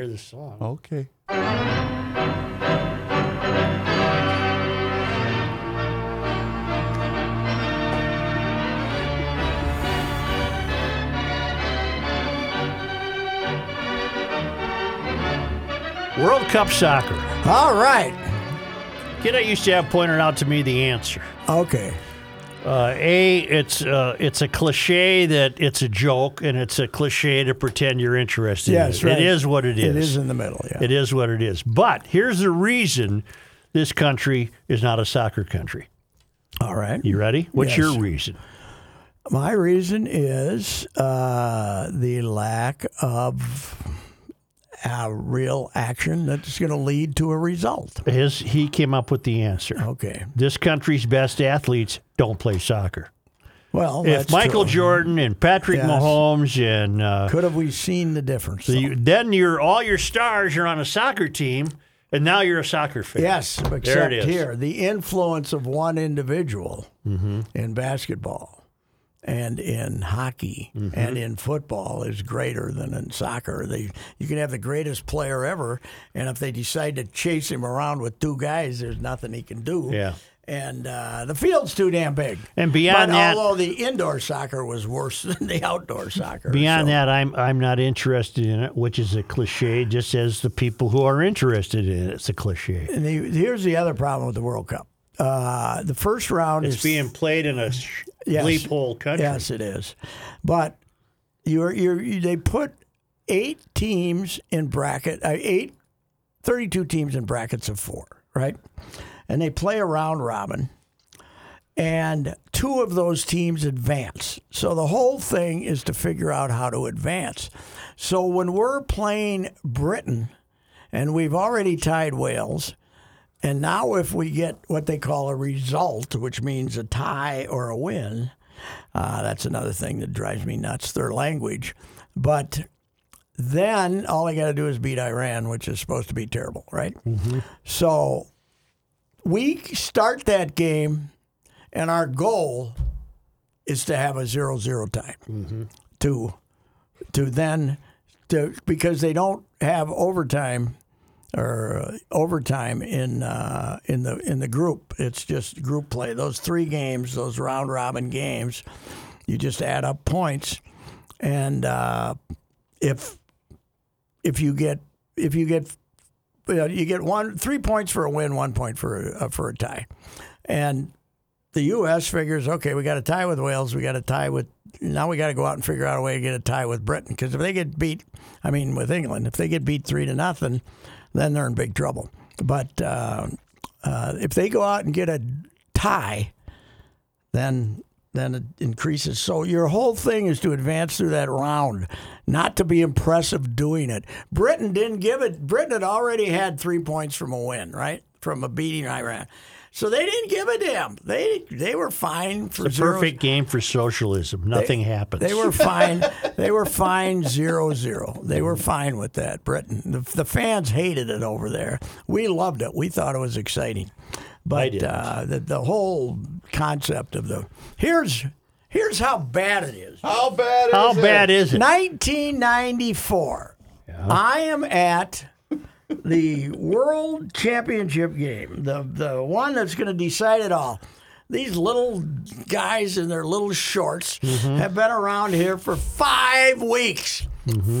hear the song. Okay. World Cup soccer. All right. Kid I used to have pointed out to me the answer. Okay. Uh, a, it's uh, it's a cliche that it's a joke, and it's a cliche to pretend you're interested. in Yes, it. right. it is what it is. It is in the middle. Yeah. It is what it is. But here's the reason this country is not a soccer country. All right. You ready? What's Yes. your reason? My reason is uh, the lack of uh, real action that's going to lead to a result. His he came up with the answer. Okay. This country's best athletes don't play soccer. Well, if that's Michael true. Jordan and Patrick Yes. Mahomes and uh, could have we seen the difference? the- then you're all your stars are on a soccer team, and now you're a soccer fan. Yes, except there it is. here, the influence of one individual Mm-hmm. in basketball and in hockey Mm-hmm. and in football is greater than in soccer. They, you can have the greatest player ever, and if they decide to chase him around with two guys, there's nothing he can do. Yeah. And uh, the field's too damn big. And beyond but that- although the indoor soccer was worse than the outdoor soccer. Beyond so- that, I'm I'm not interested in it, which is a cliche, just as the people who are interested in it, it's a cliche. And the, here's the other problem with the World Cup. Uh, the first round It's is being played in a sh- Yes. bleep hole country. Yes, it is. But you're you're you, they put eight teams in bracket, uh, eight 32 teams in brackets of four, right? And they play a round robin. And two of those teams advance. So the whole thing is to figure out how to advance. So when we're playing Britain and we've already tied Wales, and now if we get what they call a result, which means a tie or a win, uh, that's another thing that drives me nuts, their language. But then all they got to do is beat Iran, which is supposed to be terrible, right? So we start that game, and our goal is to have a zero-zero tie to to then to because they don't have overtime or uh, overtime in uh, in the in the group. It's just group play. Those three games, those round robin games, you just add up points, and uh, if if you get if you get you, know, you get one three points for a win, one point for a, uh, for a tie, and the U.S. figures okay, we got a tie with Wales, we got a tie with now we got to go out and figure out a way to get a tie with Britain because if they get beat, I mean with England, if they get beat three to nothing, then they're in big trouble. But uh, uh, if they go out and get a tie, then then it increases. So your whole thing is to advance through that round, not to be impressive doing it. Britain didn't give it. Britain had already had three points from a win, right? From a beating Iran, so they didn't give a damn. They they were fine for It's a zero- perfect game for socialism. Nothing happens. They were fine. they were fine zero zero. They were fine with that. Britain. The, the fans hated it over there. We loved it. We thought it was exciting. But didn't. uh, the, the whole concept of the here's here's how bad it is. How bad is How it? bad is it? 1994. I am at the World Championship game, the the one that's going to decide it all. These little guys in their little shorts have been around here for five weeks.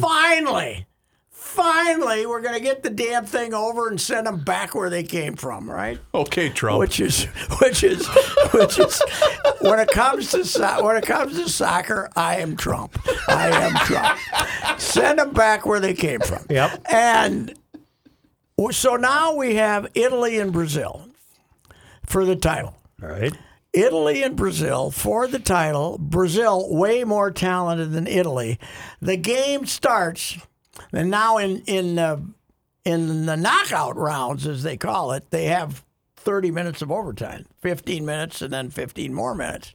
Finally, finally, we're going to get the damn thing over and send them back where they came from, right? Okay, Trump. Which is, which is, which is, when it comes to so- when it comes to soccer, I am Trump. I am Trump. Send them back where they came from. Yep. And w- so now we have Italy and Brazil for the title. All right. Italy and Brazil for the title. Brazil way more talented than Italy. The game starts, and now in in uh, in the knockout rounds, as they call it, they have 30 minutes of overtime, 15 minutes, and then 15 more minutes.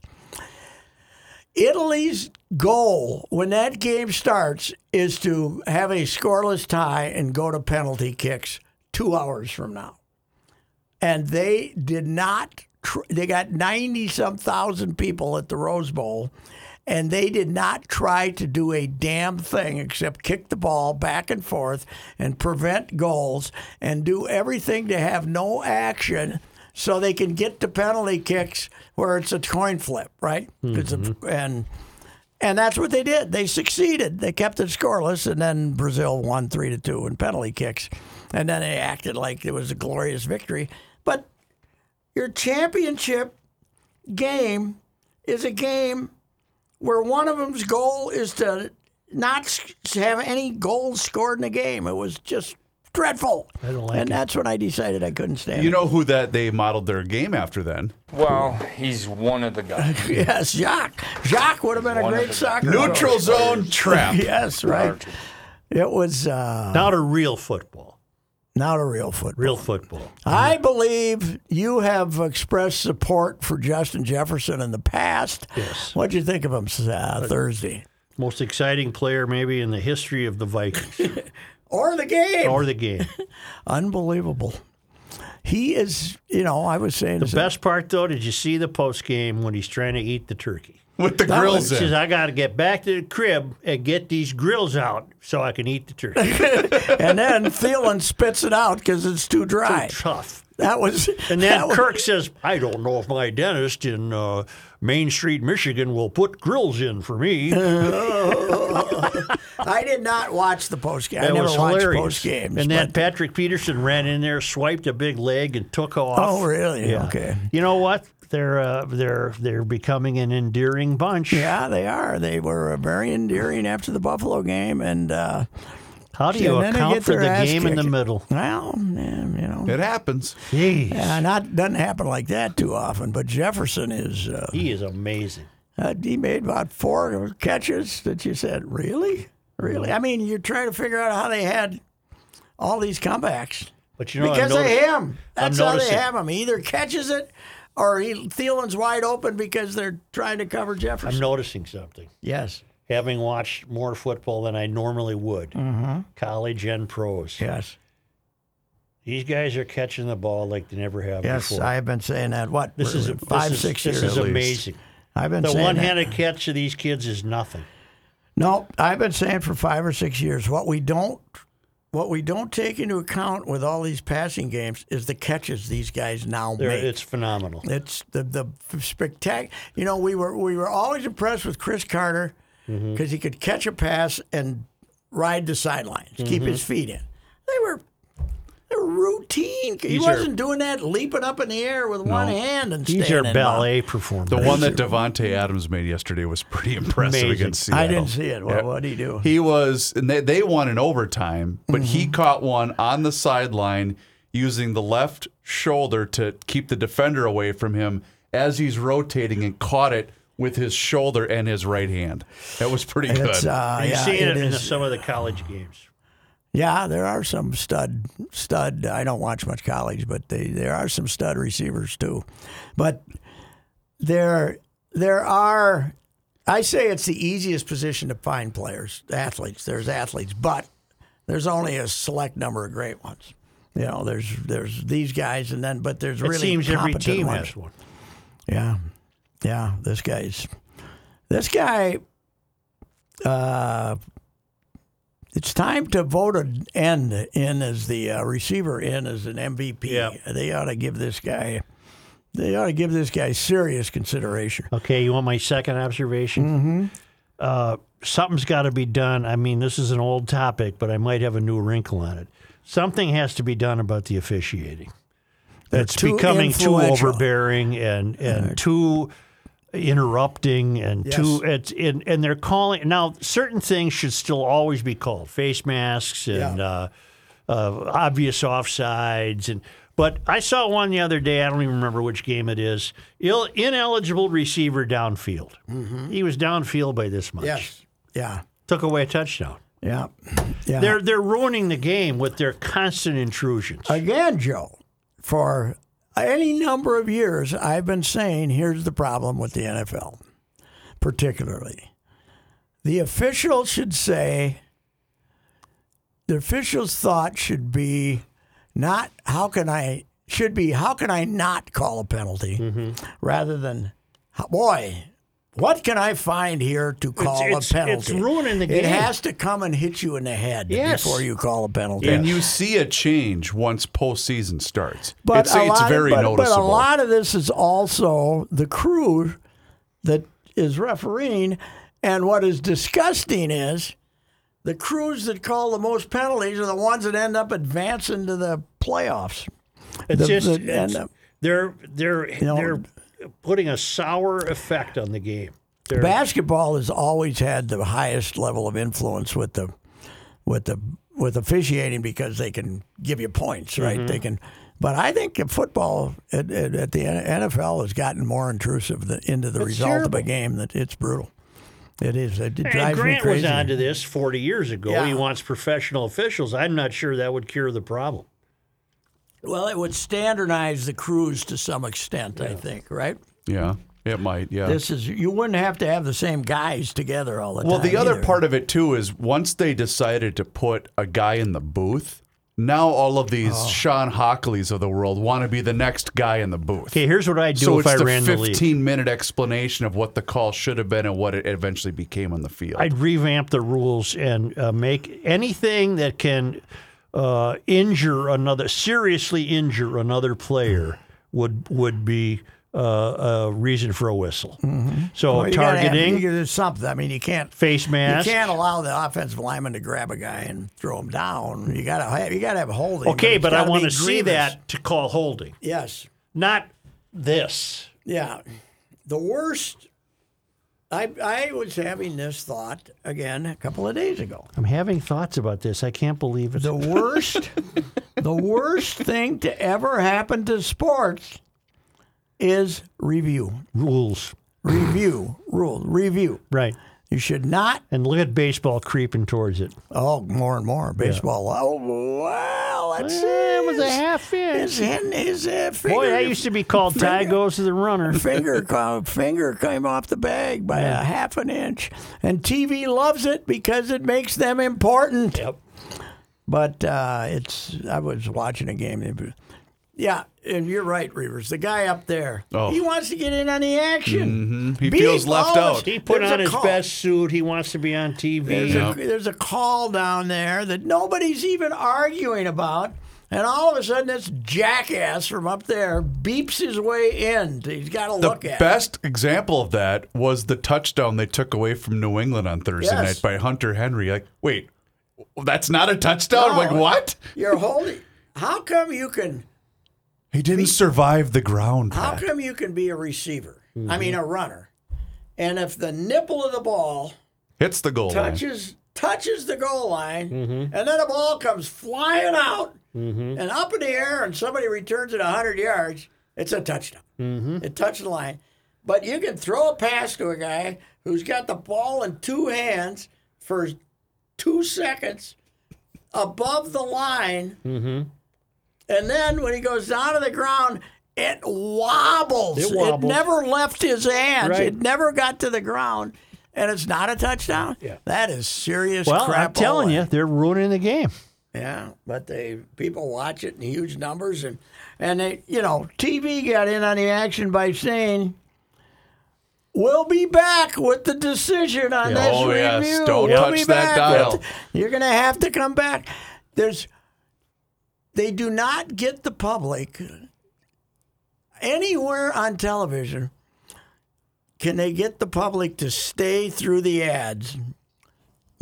Italy's goal when that game starts is to have a scoreless tie and go to penalty kicks two hours from now and they did not. Tr- they got ninety some thousand people at the Rose Bowl, and they did not try to do a damn thing except kick the ball back and forth and prevent goals and do everything to have no action so they can get to penalty kicks where it's a coin flip, right? 'Cause of- and and that's what they did. They succeeded. They kept it scoreless, and then Brazil won three to two in penalty kicks, and then they acted like it was a glorious victory. But your championship game is a game where one of them's goal is to not s- have any goals scored in a game. It was just dreadful. I don't like and it. that's when I decided I couldn't stand you it. know who that they modeled their game after then? Well, he's one of the guys. Yes, Jacques. Jacques would have been a One of great the- soccer. Neutral coach. zone trap. Yes, right. It was uh, Not a real football. not a real foot. Real football. I believe you have expressed support for Justin Jefferson in the past. Yes. What'd you think of him uh, Thursday? Most exciting player maybe in the history of the Vikings Or the game. or the game. Unbelievable. He is, you know, I was saying, The best part though, did you see the post game when he's trying to eat the turkey? With the He grills says, in. "I got to get back to the crib and get these grills out so I can eat the turkey." and then Thielen spits it out because it's too dry. Tough. That was, And that then was- Kirk says, "I don't know if my dentist in uh, Main Street, Michigan, will put grills in for me." I did not watch the post game. I That never was watched hilarious. post games. and then Patrick Peterson ran in there, swiped a big leg, and took off. oh, really? Yeah. Okay. You know what? They're uh, they're they're becoming an endearing bunch. Yeah, they are. They were very endearing after the Buffalo game, and uh, How do And you then they account get for their the ass game in the kicked. middle? well, yeah, you know, It happens. Jeez. Uh, not doesn't happen like that too often. But Jefferson is uh, He is amazing. uh, he made about four catches that you said really, really. I mean, you're trying to figure out how they had all these comebacks But you know, because I noticed, they have him. That's how they noticing- have him. He either catches it or he Thielen's wide open because they're trying to cover Jefferson. I'm noticing something. yes, Having watched more football than I normally would, Mm-hmm. college and pros, yes, these guys are catching the ball like they never have yes. before. I have been saying that. What this is five, this six is, years This is at least. amazing. I've been The saying that. one-handed catch of these kids is nothing. No, I've been saying for five or six years what we don't what we don't take into account with all these passing games is the catches these guys now They're, make. it's phenomenal. It's the the spectac. You know, we were we were always impressed with Chris Carter because Mm-hmm. he could catch a pass and ride the sidelines, keep Mm-hmm. his feet in. They were they were routine. He These are- wasn't doing that, leaping up in the air with one hand and These are standing up. ballet performers. The one that Devonte Adams made yesterday was pretty impressive Amazing. against Seattle. I didn't see it. What what did he do? He was, and they, they won in overtime, but he Mm-hmm. caught one on the sideline using the left shoulder to keep the defender away from him as he's rotating and caught it with his shoulder and his right hand. That was pretty It's, good. uh, you yeah, see it, it in is- some of the college games. Yeah, there are some stud stud. I don't watch much college, but they, there are some stud receivers too. But there there are. I say it's the easiest position to find players, athletes. There's athletes, but there's only a select number of great ones. You know, there's there's these guys, and then but there's It really seems every competent team ones. has one. Yeah, yeah. This guy's this guy. Uh, it's time to vote an end in as the uh, receiver in as an MVP. Yeah. They ought to give this guy. They ought to give this guy serious consideration. Okay, you want my second observation? Mm-hmm. Uh, something's got to be done. I mean, this is an old topic, but I might have a new wrinkle on it. Something has to be done about the officiating. They're It's too becoming too influential. overbearing and and too interrupting and too it's and, and they're calling now certain things should still always be called face masks and Yeah. uh, uh, obvious offsides and but I saw one the other day I don't even remember which game it is Ill, ineligible receiver downfield he was downfield by this much Mm-hmm. Yes. Uh-huh. Yeah. took away a touchdown Yeah. Yeah. they're they're ruining the game with their constant intrusions Again, Joe, for any number of years, I've been saying here's the problem with the NFL, particularly. The officials should say, the officials' thought should be not how can I, should be how can I not call a penalty Mm-hmm. rather than, boy, what can I find here to call it's- a it's penalty? ruining the It game. has to come and hit you in the head Yes. before you call a penalty. And you see a change once postseason starts. But it's, a it's lot very of, but, noticeable. But a lot of this is also the crew that is refereeing, and what is disgusting is the crews that call the most penalties are the ones that end up advancing to the playoffs. It's The- just the- it's- and, uh, they're they're know- they're putting a sour effect on the game. They're, Basketball has always had the highest level of influence with the with the with officiating because they can give you points, right? Mm-hmm. They can. But I think that football at, at, at the NFL has gotten more intrusive th- into the result of terrible. a game. That it's brutal. It is. It, and drives Grant me crazy. was onto this 40 years ago. He Yeah. wants professional officials. I'm not sure that would cure the problem. well, it would standardize the crews to some extent, I think, right? yeah, it might. Yeah. This is you wouldn't have to have the same guys together all the Well, time. the other either. part of it too is once they decided to put a guy in the booth, now all of these Oh. Sean Hockleys of the world want to be the next guy in the booth. Okay, here's what I'd do so if it's I the ran the league. 15 minute explanation of what the call should have been and what it eventually became on the field. I'd revamp the rules and uh, make anything that can uh, injure another, seriously injure another player, would would be uh, a reason for a whistle. So Mm-hmm. Well, you gotta have- targeting, you- there's something. I mean, you can't face mask. You can't allow the offensive lineman to grab a guy and throw him down. You gotta have you gotta have holding. Okay, it's but I gotta want be to see grievous. that to call holding, Yes. not this. Yeah. The worst. I I was having this thought again a couple of days ago. I'm having thoughts about this. I can't believe it. The worst. the worst thing to ever happen to sports is review, rules, review, rule, review. right? You should not And look at baseball creeping towards it. Oh, more and more baseball. Oh, wow! Let's see. it was a half His inch. hand, his uh, finger. Boy, that used to be called tie goes to the runner. finger co- finger came off the bag by a half an inch, and TV loves it because it makes them important. Yep. But uh, it's. I was watching a game. it was- Yeah, and you're right, Reavers. The guy up there, Oh. he wants to get in on the Mm-hmm. action. he Be feels left close. out. He put There's on a his call. best suit. He wants to be on TV. There's, a, there's a call down there that nobody's even arguing about. And all of a sudden, this jackass from up there beeps his way in. He's got to The look at it. best example of that was the touchdown they took away from New England on Thursday Yes. night by Hunter Henry. Like, wait, that's not a touchdown? Like, No. what? You're holding. How come you can? He didn't survive the ground. How Pat. come you can be a receiver? I mean, Mm-hmm. a runner. And if the nipple of the ball Hits the goal line. touches touches the goal line, and then the ball comes flying out and up in the air, and somebody returns it hundred yards. It's a touchdown. It touched the line, but you can throw a pass to a guy who's got the ball in two hands for two seconds above the line, and then when he goes down to the ground. It wobbles. It wobbles. never left his hands. Right. It never got to the ground, and it's not a touchdown. Yeah. That is serious Well, crap. I'm telling all you, they're ruining the game. yeah, but they people watch it in huge numbers, and and they you know TV got in on the action by saying, "We'll be back with the decision on Yeah. this Oh, review. yes. Don't We'll touch be that back dial." with- You're gonna have to come back." There's they do not get the public anywhere on television. Can they get the public to stay through the ads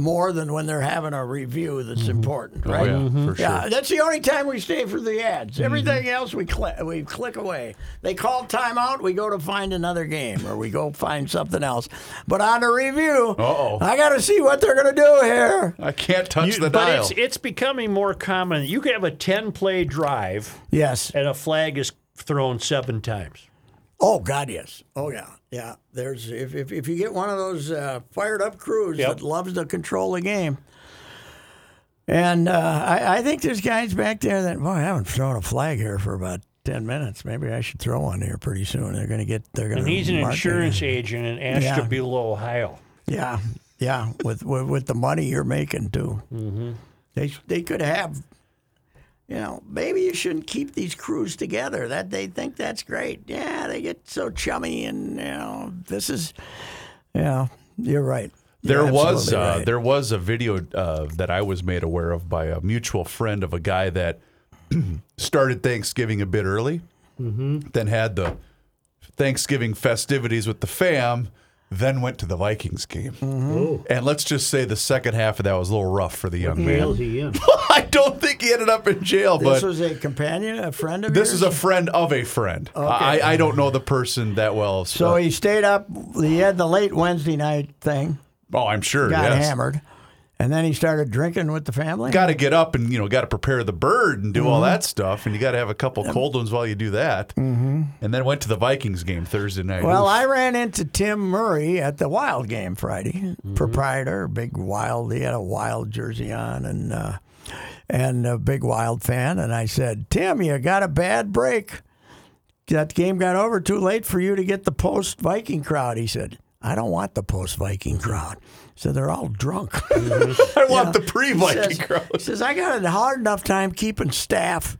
more than when they're having a review that's important, right? Mm-hmm. Oh, yeah, for sure. Mm-hmm. Mm-hmm. Yeah, that's the only time we stay for the ads. Everything else we click, we click away. They call timeout, we go to find another game, or we go find something else. But on the review, Uh-oh. I got to see what they're going to do here. I can't touch You- the but dial. it's it's becoming more common. You can have a ten play drive Yes. and a flag is thrown seven times. Oh God, yes. Oh yeah, yeah. There's if if, if you get one of those uh, fired up crews Yep. that loves to control the game. And uh, I, I think there's guys back there that boy, I haven't thrown a flag here for about ten minutes. Maybe I should throw one here pretty soon. They're gonna get. They're gonna. And he's an mark it. insurance agent in Ashtabula, Ohio. Yeah, yeah. With, with with the money you're making too. Mm-hmm. They they could have. You know, maybe you shouldn't keep these crews together. That they think that's great. Yeah, they get so chummy, and you know, this is. Yeah, you're right. You're There was uh, absolutely right. there was a video uh, that I was made aware of by a mutual friend of a guy that started Thanksgiving a bit early, Mm-hmm. then had the Thanksgiving festivities with the fam, then went to the Vikings game. Mm-hmm. And let's just say the second half of that was a little rough for the young man. I don't think he ended up in jail, This but was a companion, a friend of this yours? is a friend of a friend. I, I don't know the person that well. So he stayed up. He had the late Wednesday night thing. oh, I'm sure. Got yes. hammered, and then he started drinking with the family. got to get up and you know got to prepare the bird and do all Mm-hmm. that stuff, and you got to have a couple cold ones while you do that. Mm-hmm. And then went to the Vikings game Thursday night. Well, Oof. I ran into Tim Murray at the Wild game Friday. Proprietor, big Wild. He had a Wild jersey on, and uh, and a big Wild fan. And I said, Tim, you got a bad break. That game got over too late for you to get the post Viking crowd. He said, I don't want the post Viking crowd. So they're all drunk. I want the says, pre-Viking crowd. says, I got a hard enough time keeping staff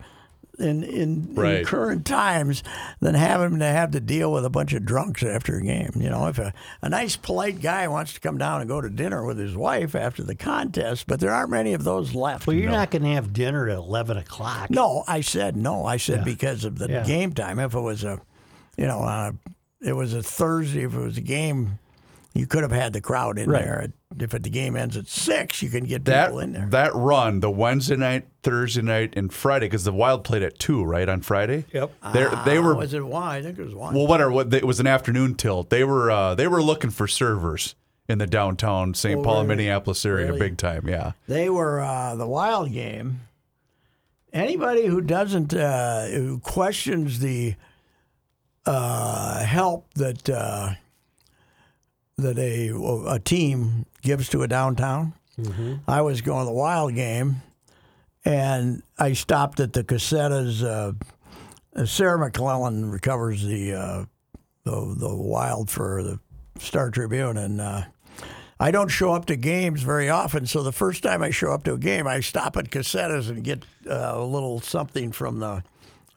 in in, in Right. current times than having to have to deal with a bunch of drunks after a game. You know, if a, a nice polite guy wants to come down and go to dinner with his wife after the contest, but there aren't many of those left. Well, you're not going to have dinner at 11 o'clock. No, I said no. I said because of the Yeah. game time. If it was a, you know, uh, it was a Thursday. If it was a game, you could have had the crowd in there. If it, the game ends at six, you can get that people in there. that run the Wednesday night, Thursday night, and Friday because the Wild played at two right on Friday. Yep. They're, they were Ah, was it why? I think it was why. well, whatever. What it was an afternoon tilt. They were uh, they were looking for servers in the downtown Oh, St. Paul and Minneapolis area, big time. Yeah. They were uh, the wild game. Anybody who doesn't uh, who questions the uh, help that uh, that a a team gives to a downtown, I was going to the wild game, and I stopped at the Casetas. Uh, Sarah McClellan recovers the uh, the the wild for the Star Tribune and. Uh, I don't show up to games very often, so the first time I show up to a game, I stop at Cassetta's and get uh, a little something from the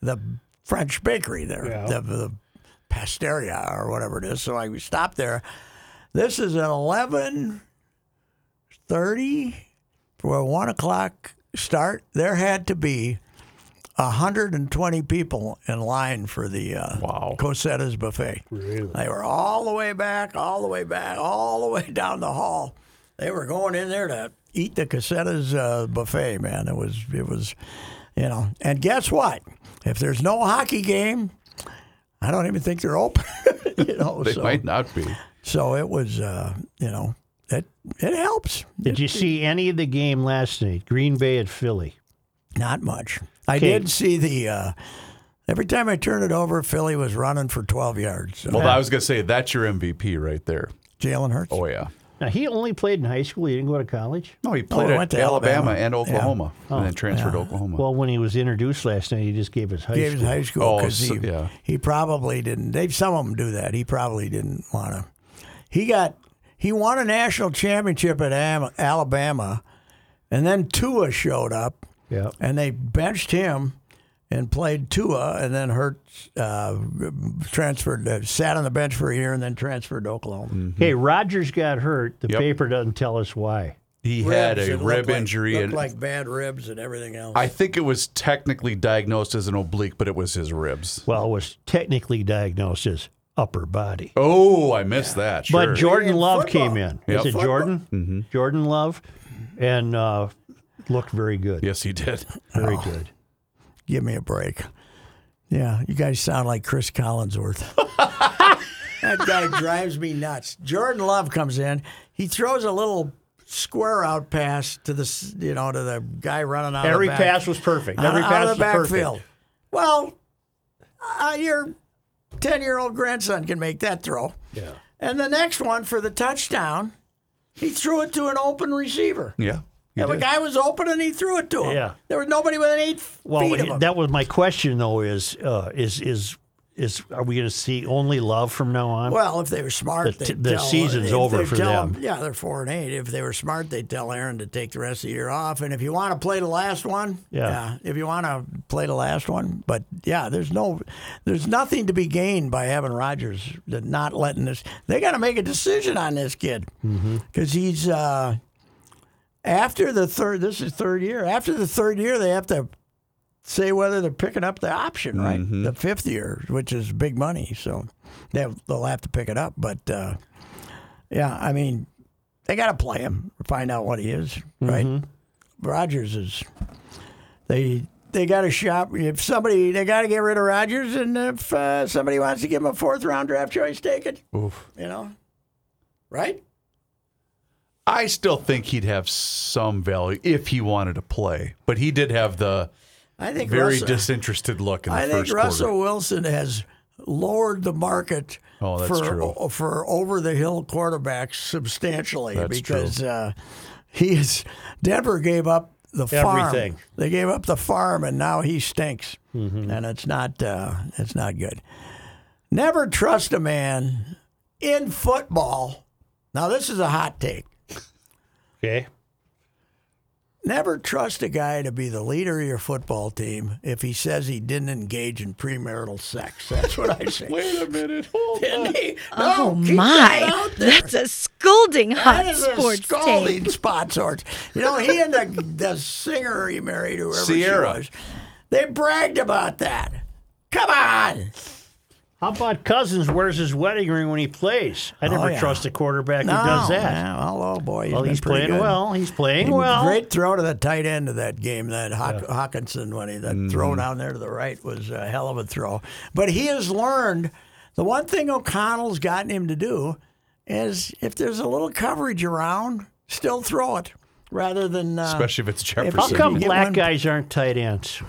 the French bakery there, the, the Pasteria or whatever it is. So I stop there. This is an eleven thirty for a one o'clock start. There had to be hundred and twenty people in line for the uh, Wow. Cosetta's buffet. They were all the way back, all the way back, all the way down the hall. They were going in there to eat the Casetta's uh, buffet, man. It was, it was, you know. And guess what? If there's no hockey game, I don't even think they're open. you know, They so, might not be. so it was, uh, you know, it it helps. Did you see any of the game last night? Green Bay at Philly. Not much. I Okay. did see the. Uh, every time I turned it over, Philly was running for 12 yards. So Well, I was gonna say that's your MVP right there. Jalen Hurts. Oh yeah. Now, he only played in high school. He didn't go to college. No, he Oh, played he went at to Alabama. Alabama, Oh, and Oklahoma, and then transferred to Oklahoma. Well, when he was introduced last night, he just gave his high Gave his school. high school Oh, because so- he, yeah. he probably didn't. They some of them do that. He probably didn't want to. He got he won a national championship at Am- Alabama, and then Tua showed up, Yeah. and they benched him and played Tua, and then Hurts uh, transferred, uh, sat on the bench for a year, and then transferred to Oklahoma. Mm-hmm. Hey, Rogers got hurt. The Hmm. Yep. paper doesn't tell us why. he had Ribs, a it looked rib like- injury, looked and like bad ribs and everything else. I think it was technically diagnosed as an oblique, but it was his ribs. Well, it was technically diagnosed as upper body. Oh, I missed that. Sure. But Jordan In Love football. came in. Yep. Mm-hmm. Is it Jordan? Jordan Love, and uh, looked very good. yes, he did. Very Oh. good. Give me a break. Yeah, you guys sound like Chris Collinsworth. that guy drives me nuts. Jordan Love comes in. He throws a little square out pass to the s- you know to the guy running out. Every of the back. pass was perfect. out, Every out pass of was the perfect. backfield. Well, uh, your ten-year-old grandson can make that throw. Yeah. And the next one for the touchdown, he threw it to an open receiver. Yeah. he Yeah, the did. guy was open and he threw it to him. Yeah. There was nobody within eight feet of Well, him. that was my question though. Is uh, is is is are we going to see only Love from now on? well, if they were smart, The- they'd the tell, season's if over they'd for tell them. him- yeah, they're four and eight. If they were smart, they'd tell Aaron to take the rest of the year off. And if you want to play the last one, Yeah. if you want to play the last one, but yeah, there's no, there's nothing to be gained by having Rodgers that not letting this. They got to make a decision on this kid Mm-hmm. because he's uh, after the third. This is third year. After the third year, they have to say whether they're picking up the option, right? Mm-hmm. The fifth year, which is big money, so they have, they'll have to pick it up. But uh, yeah, I mean, they got to play him, find out what he is, right? Rogers is they they got to shop. If somebody they got to get rid of Rogers, and if uh, somebody wants to give him a fourth round draft choice, take it. Oof. You know, right? I still think he'd have some value if he wanted to play, but he did have the I think very Russell, disinterested look in the I think first Russell quarter. Wilson has lowered the market Oh, that's for true. o- for over the hill quarterbacks substantially That's because Uh, he is Denver gave up the farm. Everything. They gave up the farm, and now he stinks, Mm-hmm. and it's not uh, it's not good. Never trust a man in football. Now this is a hot take. okay. Never trust a guy to be the leader of your football team if he says he didn't engage in premarital sex. That's what I say. Wait a minute. Uh, Hold on. didn't he? Oh No, keep that my! out there. That's a scolding hot That is a sports take. scalding spot sort. You know, he and the, the singer he married, whoever Sierra. she was, they bragged about that. Come on. How about Cousins wears his wedding ring when he plays? I never Oh, yeah. trust a quarterback who does No, that. yeah, well, oh boy, Well, been he's pretty playing good. well. He's playing And well. Great throw to the tight end of that game. That Hawk, Hawkinson when he that Mm-hmm. throw down there to the right was a hell of a throw. But he has learned the one thing O'Connell's gotten him to do is if there's a little coverage around, still throw it rather than uh, Especially if it's Jefferson. How come You get black one- guys aren't tight ends?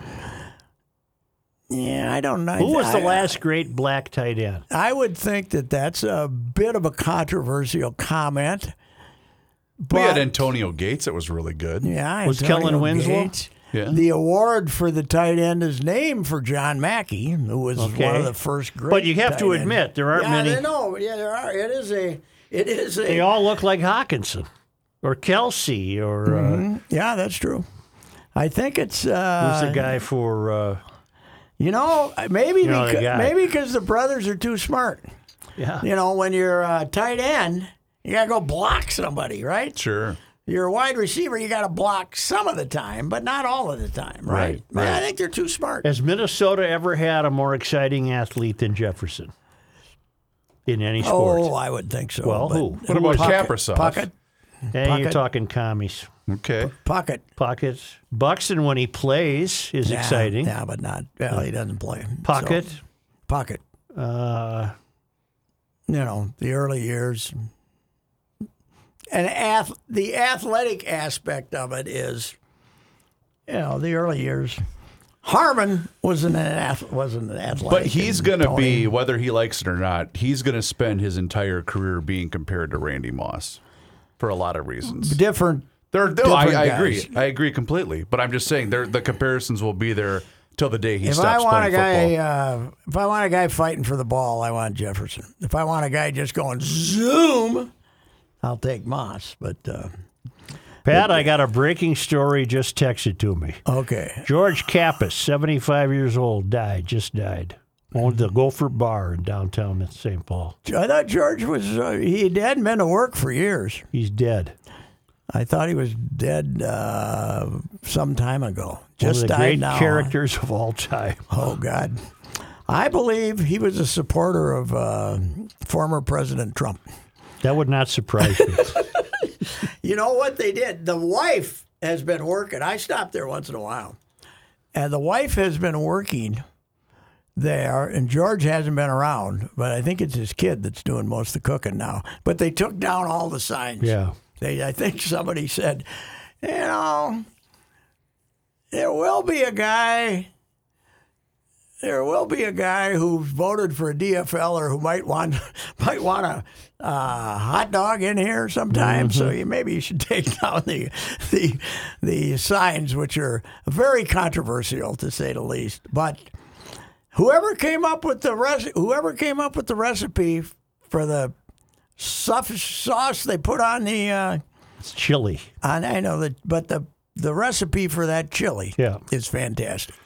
Yeah, I don't know. Who was the I- last great black tight end? I would think that that's a bit of a controversial comment. But we had Antonio Gates that was really good. yeah, Was Antonio Kellen Winslow? Gates. Yeah. The award for the tight end is named for John Mackey, who was one Okay. of the first great. But you have to tight ends. admit, there aren't yeah, many- They know. Yeah, there are. It is a. It is They a. all look like Hawkinson or Kelsey or Mm-hmm. uh, Yeah, that's true. I think it's. who's Uh, the guy for uh, you know, maybe know the becau- guy. maybe because the brothers are too smart. yeah. You know, when you're uh, tight end, you gotta go block somebody, right? Sure. You're a wide receiver, you got to block some of the time, but not all of the time, right? Right, Man, I right. think they're too smart. Has Minnesota ever had a more exciting athlete than Jefferson in any sport? Oh, I would think so. well, but- who? What about Pocket- Kaprasov? Pocket, Hey, you're Puckett? talking commies. Okay. pocket. Pockets. Buxton, when he plays, is Yeah, exciting. Yeah, but not. Well, he doesn't play. so- Pocket. pocket. Uh, You know, the early years. And ath- the athletic aspect of it is, you know, the early years. Harmon wasn't an ath- wasn't an athletic. But he's and going to Tony- be, whether he likes it or not, he's going to spend his entire career being compared to Randy Moss for a lot of reasons. different. They're, no, Different I, I guys. agree. I agree completely. But I'm just saying, they're- the comparisons will be there till the day he If I stops want a playing guy, football. uh, if I want a guy fighting for the ball, I want Jefferson. If I want a guy just going zoom, I'll take Moss. But uh, Pat, I got a breaking story just texted to me. okay, George Kappas, 75 years old, died, just died. Owned the Gopher Bar in downtown St. Paul. I thought George was uh, he hadn't been to work for years. He's dead. I thought he was dead uh, some time ago. One Just of the died great now. characters of all time. Oh God, I believe he was a supporter of uh, former President Trump. That would not surprise me. You know what they did? The wife has been working. I stop there once in a while. And the wife has been working there, and George hasn't been around, but I think it's his kid that's doing most of the cooking now. But they took down all the signs. Yeah. They, I think somebody said, you know, there will be a guy. There will be a guy who's voted for a DFL or who might want might want a uh, hot dog in here sometime. So you, maybe you should take down the the the signs, which are very controversial to say the least. But whoever came up with the rec- whoever came up with the recipe for the suff- sauce they put on the uh, It's chilly. on I know that, but the the recipe for that chili Yeah. is fantastic.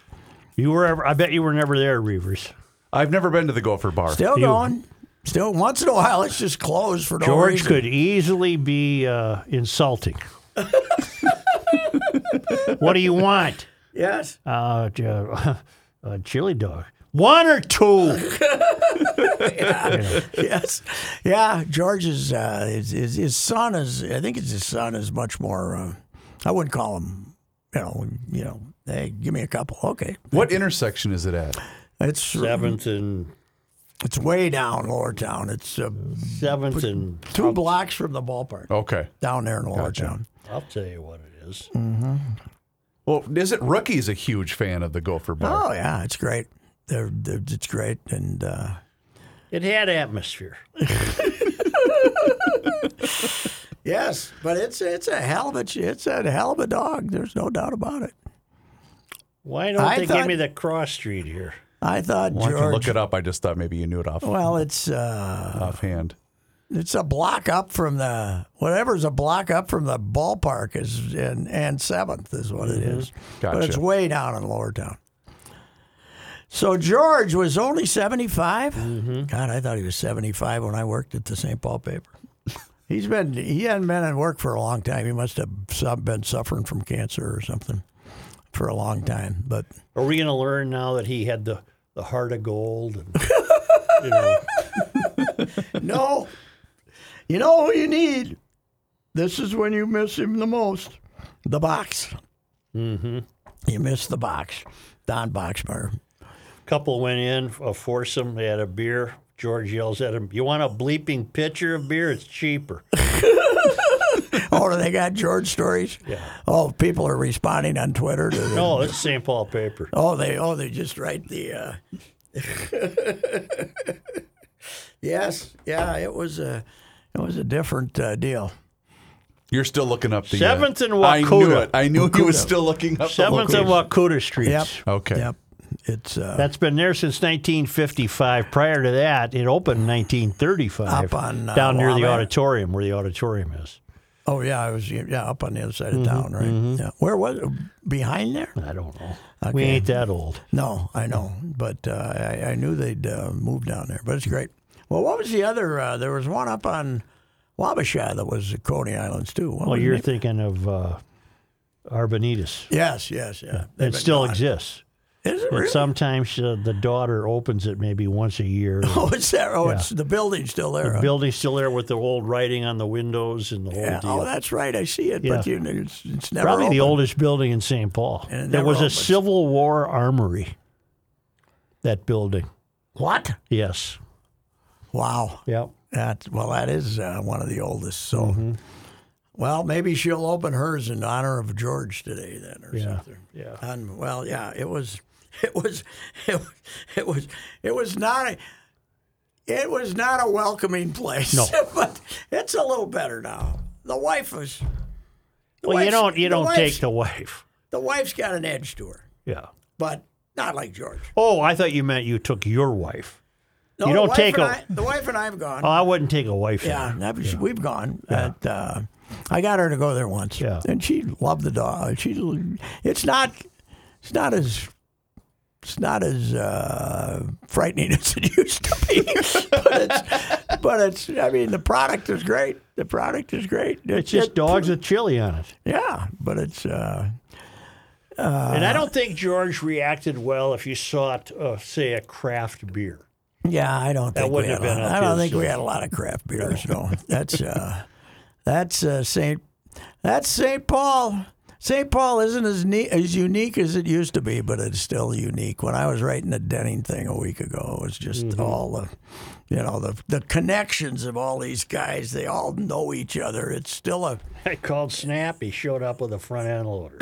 You were ever, I bet you were never there, Reavers. uh, I've never been to the Gopher Bar. Still going. Still, once in a while, it's just closed for no George reason. could easily be uh, insulting. what do you want? Yes. Uh, j- uh, a chili dog. One or two. yes. Yeah. George's uh, his, his his son is. I think it's his son is much more. Uh, I wouldn't call him. You know. You know. Hey, give me a couple. Okay. What intersection is it at? It's Seventh and it's way down Lower Town. It's uh, seventh and two blocks from the ballpark Okay. down there in Lower Town. I'll tell you what it is. Well, isn't Rookie's a huge fan of the Gopher Bar? Oh yeah, it's great. They're, they're, it's great, and uh, It had atmosphere. Yes, but it's it's a hell of a ch- it's a hell of a dog. There's no doubt about it. Why don't I they give thought- me the cross street here? I thought Well, I can look George. it up. I just thought maybe you knew it off well, it's uh, offhand. it's a block up from the whatever's a block up from the ballpark is and and seventh is what it is. But it's Gotcha. way down in Lower Town. So George was only seventy God, I thought he was seventy five when I worked at the St. Paul paper. He's been he hadn't been in work for a long time. He must have some been suffering from cancer or something for a long time, but. Are we going to learn now that he had the, the heart of gold? And, you know, No. You know who you need? This is when you miss him the most. The box. Mm-hmm. You miss the box. Don Boxmeyer. couple went in, a foursome, they had a beer. George yells at him, You want a bleeping pitcher of beer? It's cheaper. Oh, do they got George stories? Yeah. Oh, people are responding on Twitter. To the, No, it's St. Paul paper. oh, they oh they just write the. Uh... yes, yeah, it was a it was a different uh, deal. You're still looking up the uh, Seventh and I knew Wakuda. it. I knew he was still looking up Seventh the and location. Wakuta Streets. Yep. Okay. Yep. It's uh, That's been there since 1955. Prior to that, it opened in 1935 Up on, uh, down near the Wabash. auditorium where the auditorium is. oh yeah, it was yeah up on the other Mm-hmm, side of town, right? Yeah. Where was it? behind there? I don't know. We ain't that old. No, I know, but uh, I, I knew they'd uh, moved down there. But it's great. Well, what was the other? Uh, there was one up on Wabasha that was the Coney Islands too. What Well, was Oh, you're it? thinking of uh, Arbonitas. yes, yes, yeah. They've It been still gone. exists. Is it And really? sometimes uh, the daughter opens it maybe once a year. oh, it's there. Oh, it's the building's still there. huh? Building's still there with the old writing on the windows and the whole yeah. deal. Oh, that's right. I see it. But Yeah. you, it's, it's never Probably the open. oldest building in St. Paul. And it There never was a opens. Civil War armory. That building. What? Yes. Wow. Yep. That well, that is uh, one of the oldest. So, Mm-hmm. well, maybe she'll open hers in honor of George today, then, or something. yeah. Um, well, yeah, it was, it was, it was, it was, it was not a, it was not a welcoming place. No. but it's a little better now. The wife was. the Well, you wife's- don't you the don't take wife's- the wife. the wife's got an edge to her, Yeah. but not like George. Oh, I thought you meant you took your wife. No, You the don't wife take and a- I- the wife and I have gone. Oh, I wouldn't take a wife. Yeah, there. that was- we've gone. At, uh, I got her to go there once, Yeah. and she loved the dog. She, it's not, it's not as, it's not as uh, frightening as it used to be. but, it's, but it's, I mean, the product is great. The product is great. It's just it- dogs with chili on it. yeah, but it's. Uh, and I don't think George reacted well if you sought, uh, say, a craft beer. Yeah, I don't think wouldn't we have had been a, up I don't his, think we uh, had a lot of craft beer. So that's uh, that's uh, Saint that's Saint Paul. Saint Paul isn't as neat, as unique as it used to be, but it's still unique. When I was writing the Denning thing a week ago, it was just Mm-hmm. all the you know the the connections of all these guys. They all know each other. It's still a I called Snap. He showed up with a front end loader.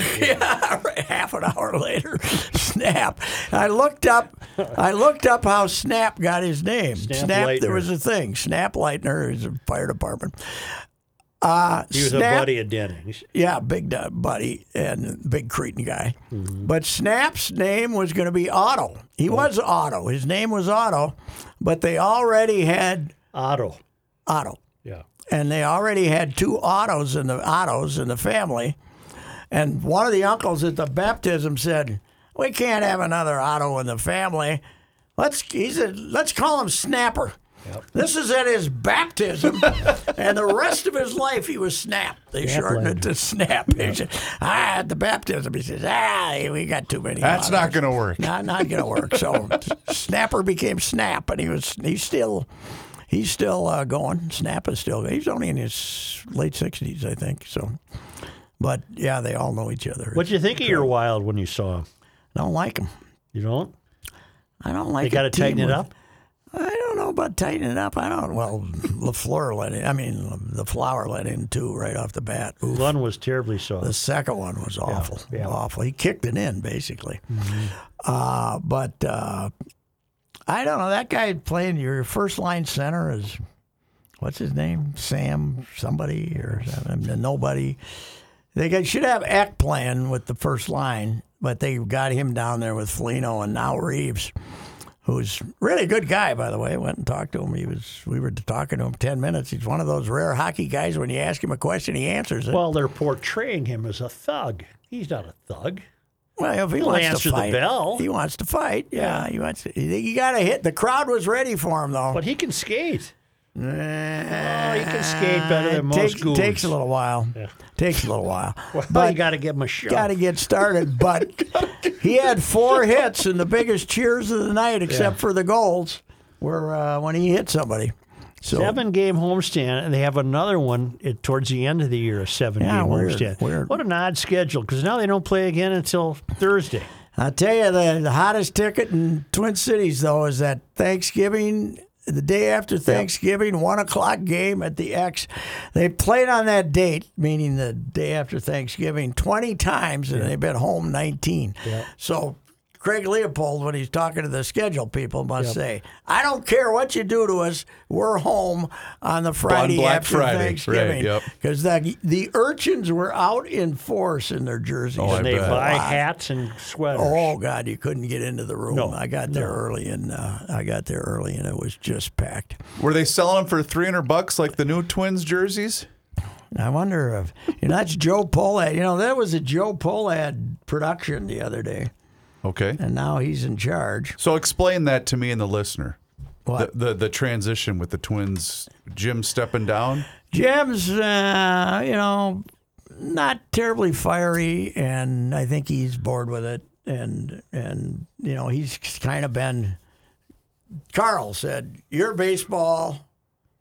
half an hour later, Snap. I looked up. I looked up how Snap got his name. Snap there Lightner. was a thing. Snap Lightner is a fire department. Uh, He was Snap, a buddy of Denning's. Yeah, big du- buddy and big Cretan guy. Mm-hmm. But Snap's name was going to be Otto. He Oh. was Otto. His name was Otto, but they already had Otto. Otto Yeah. and they already had two autos in the autos in the family, and one of the uncles at the baptism said, "We can't have another auto in the family. Let's he said, let's call him Snapper. This is at his baptism, and the rest of his life he was Snap. They shortened it to Snap. They said, ah, at the baptism he says, ah, we got too many. That's autos." not going to work. not not gonna work. So Snapper became Snap, and he was he's still he's still uh, going. Snap is still he's only in his late sixties, I think. So, but yeah, they all know each other. What'd you think of your wild when you saw him? I don't like him. You don't? I don't like. They got a to team tighten it with- up? I don't know about tightening it up. I don't. Well, Lafleur let in. I mean, the flower let in too right off the bat. Oof. One was terribly The soft. second one was awful, yeah. Mm-hmm. awful. He kicked it in basically. Uh, but uh, I don't know. That guy playing your first line center is what's his name? Sam somebody or something, nobody. They got, should have Eck playing with the first line, but they got him down there with Felino and now Reeves. Who's really a good guy, by the way. Went and talked to him. He was. We were talking to him ten minutes. He's one of those rare hockey guys. When you ask him a question, he answers it. Well, they're portraying him as a thug. He's not a thug. Well, if he He'll wants answer to the fight, bell. he wants to fight. Yeah, he wants. To, you got to hit. The crowd was ready for him, though. But he can skate. oh, he can skate better than most takes, goons. Takes a little while. Takes a little while. Well, you but got to give him a shot. got to get started. But he had four hits, and the biggest cheers of the night, except for the goals, were uh, when he hit somebody. So Seven game homestand, and they have another one at, towards the end of the year, a seven Yeah, game weird, homestand. weird. What an odd schedule because now they don't play again until Thursday. I tell you, the, the hottest ticket in Twin Cities though is that Thanksgiving, the day after Thanksgiving, one o'clock game at the X. They played on that date, meaning the day after Thanksgiving, twenty times, and they've been home nineteen. So. Craig Leopold, when he's talking to the schedule people, must say, "I don't care what you do to us. We're home on the Friday Black after Friday, right, Thanksgiving." yep. Because the the urchins were out in force in their jerseys. Oh, I And they bet. buy hats and sweaters. Oh God, you couldn't get into the room. I got there early, and uh, I got there early, and it was just packed. Were they selling them for 300 bucks like the new Twins jerseys? I wonder if you know that's Joe Polad. You know that was a Joe Polad production the other day, Okay. and now he's in charge. So explain that to me and the listener. What? The, the the transition with the Twins, Jim stepping down. Jim's, uh, you know, not terribly fiery, and I think he's bored with it. And and you know, he's kind of been. Carl said, "You're baseball,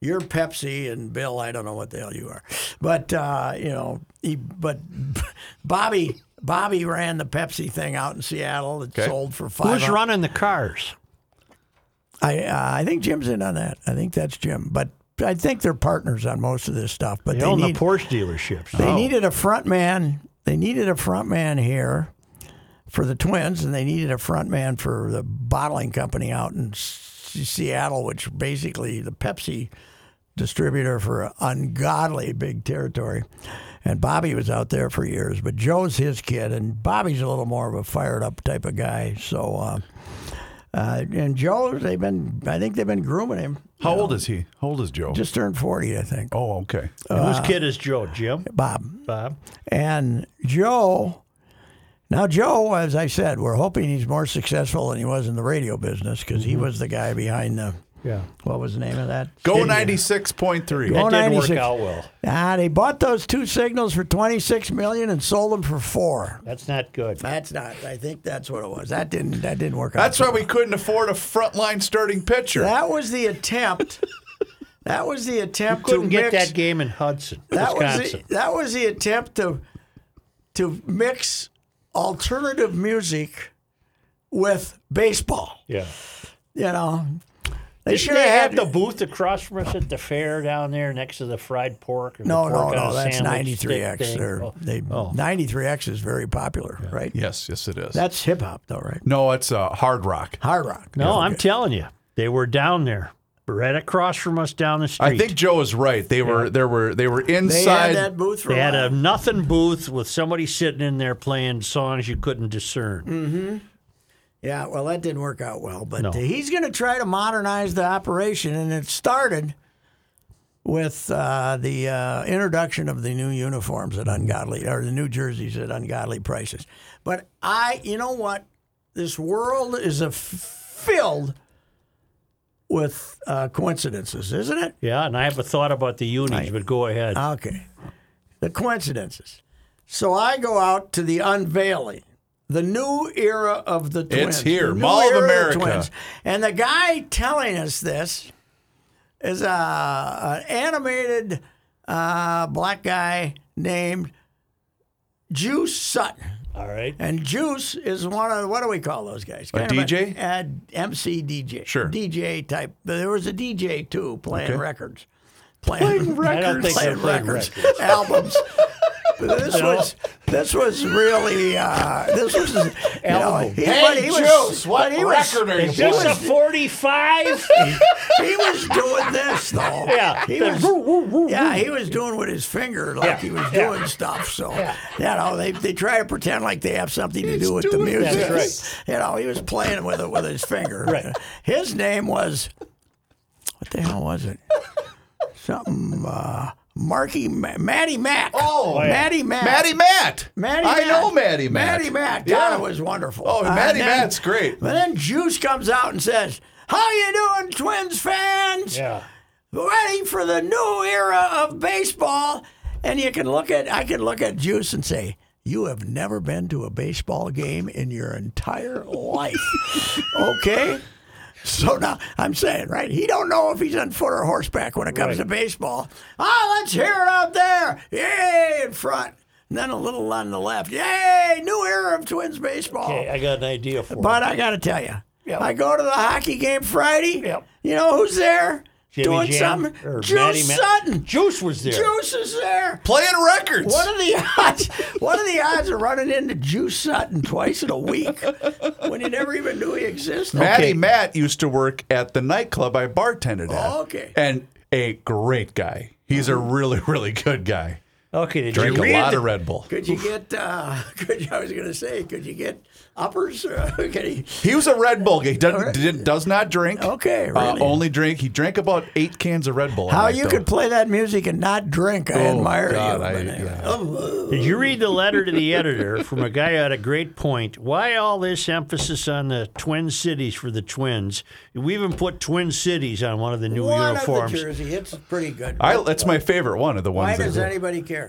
you're Pepsi, and Bill, I don't know what the hell you are, but uh, you know, he, but Bobby." Bobby ran the Pepsi thing out in Seattle. It Okay. sold for five. Who's running the cars? I uh, I think Jim's in on that. I think that's Jim. But I think they're partners on most of this stuff. But They, they, own need the Porsche dealerships. they needed a front man. They needed a front man here for the Twins, and they needed a front man for the bottling company out in S- Seattle, which basically the Pepsi distributor for an ungodly big territory. And Bobby was out there for years, but Joe's his kid, and Bobby's a little more of a fired up type of guy. So, uh, uh, and Joe, they've been, I think they've been grooming him. How old is he? How old is Joe? Just turned 40, I think. oh, okay. Whose kid is Joe? Jim? Uh-huh. Bob. Bob? And Joe, now Joe, Mm-hmm. as I said, we're hoping he's more successful than he was in the radio business because he was the guy behind the Yeah. What was the name of that? Go ninety six point three. Go That didn't work 96. out well. Ah, they bought those two signals for twenty six million and sold them for four. That's not good. That's not. I think that's what it was. That didn't. That didn't work out. That's why we couldn't afford a frontline starting pitcher. That was the attempt. that was the attempt to Couldn't get mix. that game in Hudson, that was Wisconsin. the, that was the attempt to to mix alternative music with baseball. yeah. You know, they They should should have have had the booth across from us at the fair down there next to the fried pork. Or No, the no, pork on no. a That's sandwich ninety three X. stick thing. Or Oh, they oh. ninety three X is very popular, right? Yes, yes, it is. That's hip hop though, right? no, it's uh, hard rock. Hard rock. No, I'm Okay. telling you, they were down there, right across from us down the street. I think Joe is right. They were there were they were they inside. had that booth for they a had while. a nothing booth with somebody sitting in there playing songs you couldn't discern. Mm. Yeah, well, that didn't work out well, but No. uh, he's going to try to modernize the operation, and it started with uh, the uh, introduction of the new uniforms at ungodly or the new jerseys at ungodly prices. But I, you know what, this world is a f- filled with uh, coincidences, isn't it? Yeah, and I have a thought about the unis, but go ahead. Okay. The coincidences. So I go out to the unveiling, the new era of the twins. It's here, the new Mall of era America. twins. And the guy telling us this is a, an animated uh, black guy named Juice Sutton. All right. And Juice is one of what do we call those guys? A DJ? a, MC DJ. Sure. DJ type. There was a DJ too playing Okay. records. Playing, I don't think they're playing playing records, records. albums. This was this was really uh, this was album. he, but he was, but he was, are Is this a 45? he was doing this though. Yeah. he The woo, woo, was. Yeah, he was doing with his finger like Yeah. he was Yeah. doing stuff. So you know, they, they try to pretend like they have something to do with the music. That's You know, he was playing with it with his finger. Right. His name was what the hell was it? Something. Uh, Marky Ma- Matty Mac. Oh, yeah. Matty Mac. Matty Matt. Matty I Mac. know Matty Matt. Matty Mac. God, it was wonderful. Oh, Uh, Matty then- Matt's great. But then Juice comes out and says, "How you doing, Twins fans? yeah. Ready for the new era of baseball?" And you can look at I can look at Juice and say, "You have never been to a baseball game in your entire life." okay? So now I'm saying, right? He don't know if he's on foot or horseback when it comes to baseball. Ah, let's hear it out there! Yay in front, and then a little on the left. Yay! New era of Twins baseball. Okay, I got an idea for But it. I got to tell you, I go to the hockey game Friday. You know who's there? Jimmy doing Jam something? or Matty Juice Ma- Sutton. Juice was there. Juice is there. Playing records. What are the odds? What are the odds of running into Juice Sutton twice in a week when you never even knew he existed? Matty Okay. Matt used to work at the nightclub I bartended at. Oh, okay. Mm-hmm. And a great guy. He's a really, really good guy. Okay, did Drank you a read lot the- of Red Bull. Could you get? Uh, could you, I was going to say, could you get uppers? Uh, could he, He was a Red Bull guy. He doesn't, did, does not drink. Okay, Uh, Oh, really. only drink. He drank about eight cans of Red Bull. how you could play that music and not drink? I Oh, admire God, you. I- but anyway. Oh, yeah. Did you read the letter to the editor from a guy who had a great point? Why all this emphasis on the Twin Cities for the Twins? We even put Twin Cities on one of the new One of uniforms. the jersey, it's pretty good. I, that's my favorite one of the Why ones. does that- anybody care?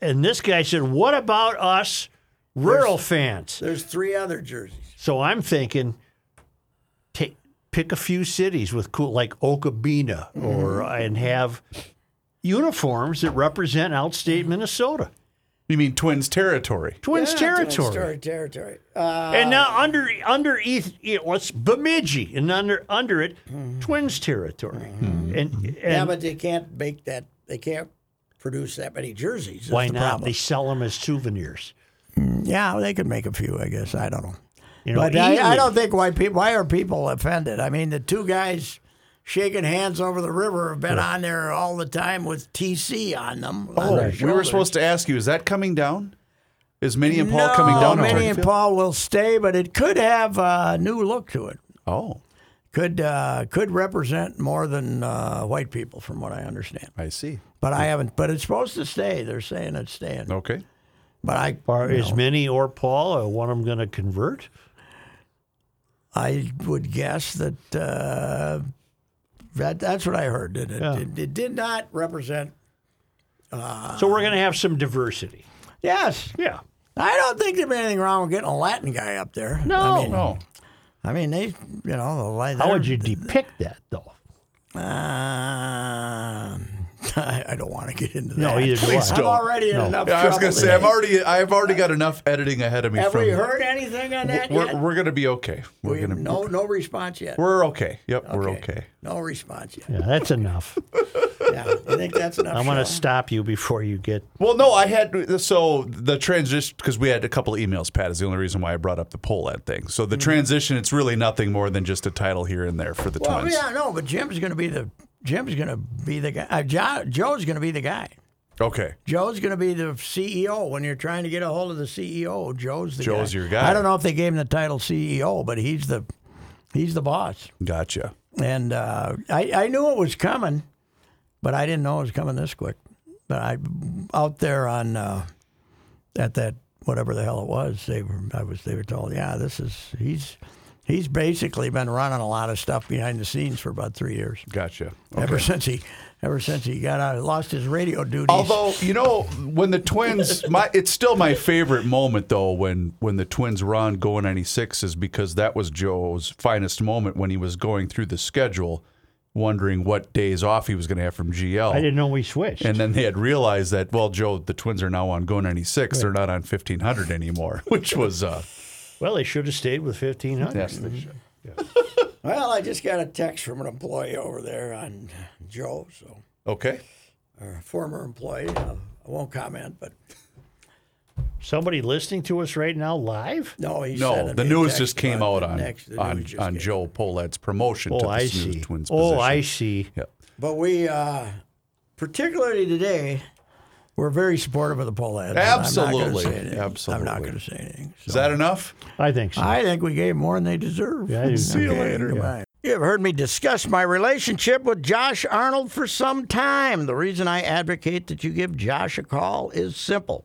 and this guy said, What about us rural fans? There's three other jerseys. So I'm thinking, take, pick a few cities with cool, like Okabena, Mm-hmm. or and have uniforms that represent outstate Minnesota, You mean Twins territory? Twins territory. Territory. Territory. Uh, And now under under Eth- you know, what's Bemidji, and under under it, Twins territory. And, and Mm-hmm. yeah, but they can't make that. They can't produce that many jerseys. why not? They sell them as souvenirs. yeah, they could make a few. I guess I don't know. You know, but I, I easily. don't think why people why are people offended? I mean, the two guys shaking hands over the river have been on there all the time with TC on them. Oh, on their we were shoulders. supposed to ask you: Is that coming down? Is Minnie and Paul no, coming down? on Minnie Target and Field? Paul will stay, but it could have a new look to it. Oh, Could uh, could represent more than uh, white people, from what I understand. I see. But Hmm. I haven't. But it's supposed to stay. They're saying it's staying. Okay. But I, Are, Is Minnie or Paul uh, one of them going to convert? I would guess that uh, That, that's what I heard. It, it, Yeah. it, it did not represent. So Uh-huh. we're going to have some diversity. Yes, Yeah. I don't think there'd be anything wrong with getting a Latin guy up there. No, I mean, No. I mean they, you know, the Latin. How would you depict that, though? Um, I, I don't want to get into that. No, either do Please I. I'm don't. already in No. enough Yeah, I trouble. was gonna say today. I've already I've already got enough editing ahead of me. Have from we heard anything on that We're, yet? we're gonna be okay. We're We- gonna no, no response yet. we're okay. Yep, we're okay. No response yet. Yeah, that's enough. Yeah, I think that's enough. I'm going to show. stop you before you get. Well, no, I had so the transition because we had a couple of emails. Pat is the only reason why I brought up the poll ad thing. So Mm-hmm. the transition, it's really nothing more than just a title here and there for the Well, twins. yeah, no, but Jim's going to be the Jim's going to be the guy. Uh, jo, Joe's going to be the guy. Okay, Joe's going to be the CEO when you're trying to get a hold of the CEO. Joe's the Joe's guy. your guy. I don't know if they gave him the title CEO, but he's the he's the boss. gotcha. And uh, I I knew it was coming, but I didn't know it was coming this quick. But I out there on uh, at that whatever the hell it was, they were I was they were told, yeah, this is he's he's basically been running a lot of stuff behind the scenes for about three years. Gotcha. Ever since he, ever since he got out, lost his radio duties. Although you know, when the Twins, my it's still my favorite moment though when when the Twins were on Go '96 is because that was Joe's finest moment when he was going through the schedule, wondering what days off he was going to have from GL. I didn't know we switched. and then they had realized that well, Joe, the Twins are now on Go '96. They're not on 1500 anymore, which was uh, well, they should have stayed with 1500. well, I just got a text from an employee over there on Joe, so okay. or a former employee. um, I won't comment, but Somebody listening to us right now live? no, he's No, the news just came out on on, on Joe Polet's promotion to Oh, the I Smooth see. Twins Oh, position. I see. But we, uh, particularly today, we're very supportive of the poll ads. Absolutely. I'm not Absolutely. going to say anything. Is So. that enough? I think so. I think we gave more than they deserve. Yeah, I do. See you later. Goodbye. You have heard me discuss my relationship with Josh Arnold for some time. The reason I advocate that you give Josh a call is simple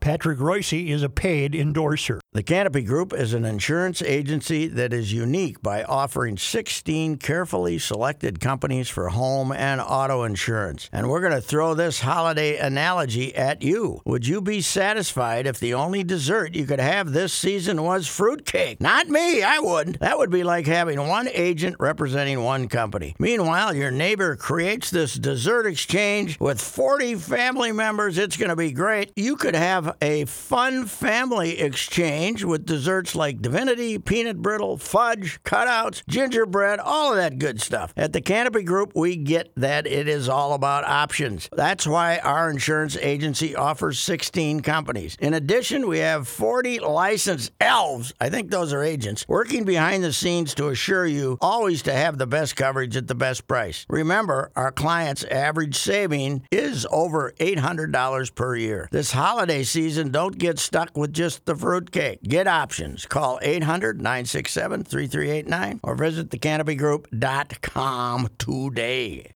Patrick Royce is a paid endorser. The Canopy Group is an insurance agency that is unique by offering 16 carefully selected companies for home and auto insurance. And we're going to throw this holiday analogy at you. Would you be satisfied if the only dessert you could have this season was fruitcake? Not me, I wouldn't. That would be like having one agent representing one company. Meanwhile, your neighbor creates this dessert exchange with 40 family members. It's going to be great. You could have a fun family exchange with desserts like divinity, peanut brittle, fudge, cutouts, gingerbread, all of that good stuff. At the Canopy Group, we get that it is all about options. That's why our insurance agency offers 16 companies. In addition, we have 40 licensed elves, I think those are agents, working behind the scenes to assure you always to have the best coverage at the best price. Remember, our clients' average saving is over $800 per year. This holiday season, don't get stuck with just the fruitcake. Get options. Call 800 967 3389 or visit thecanopygroup.com today.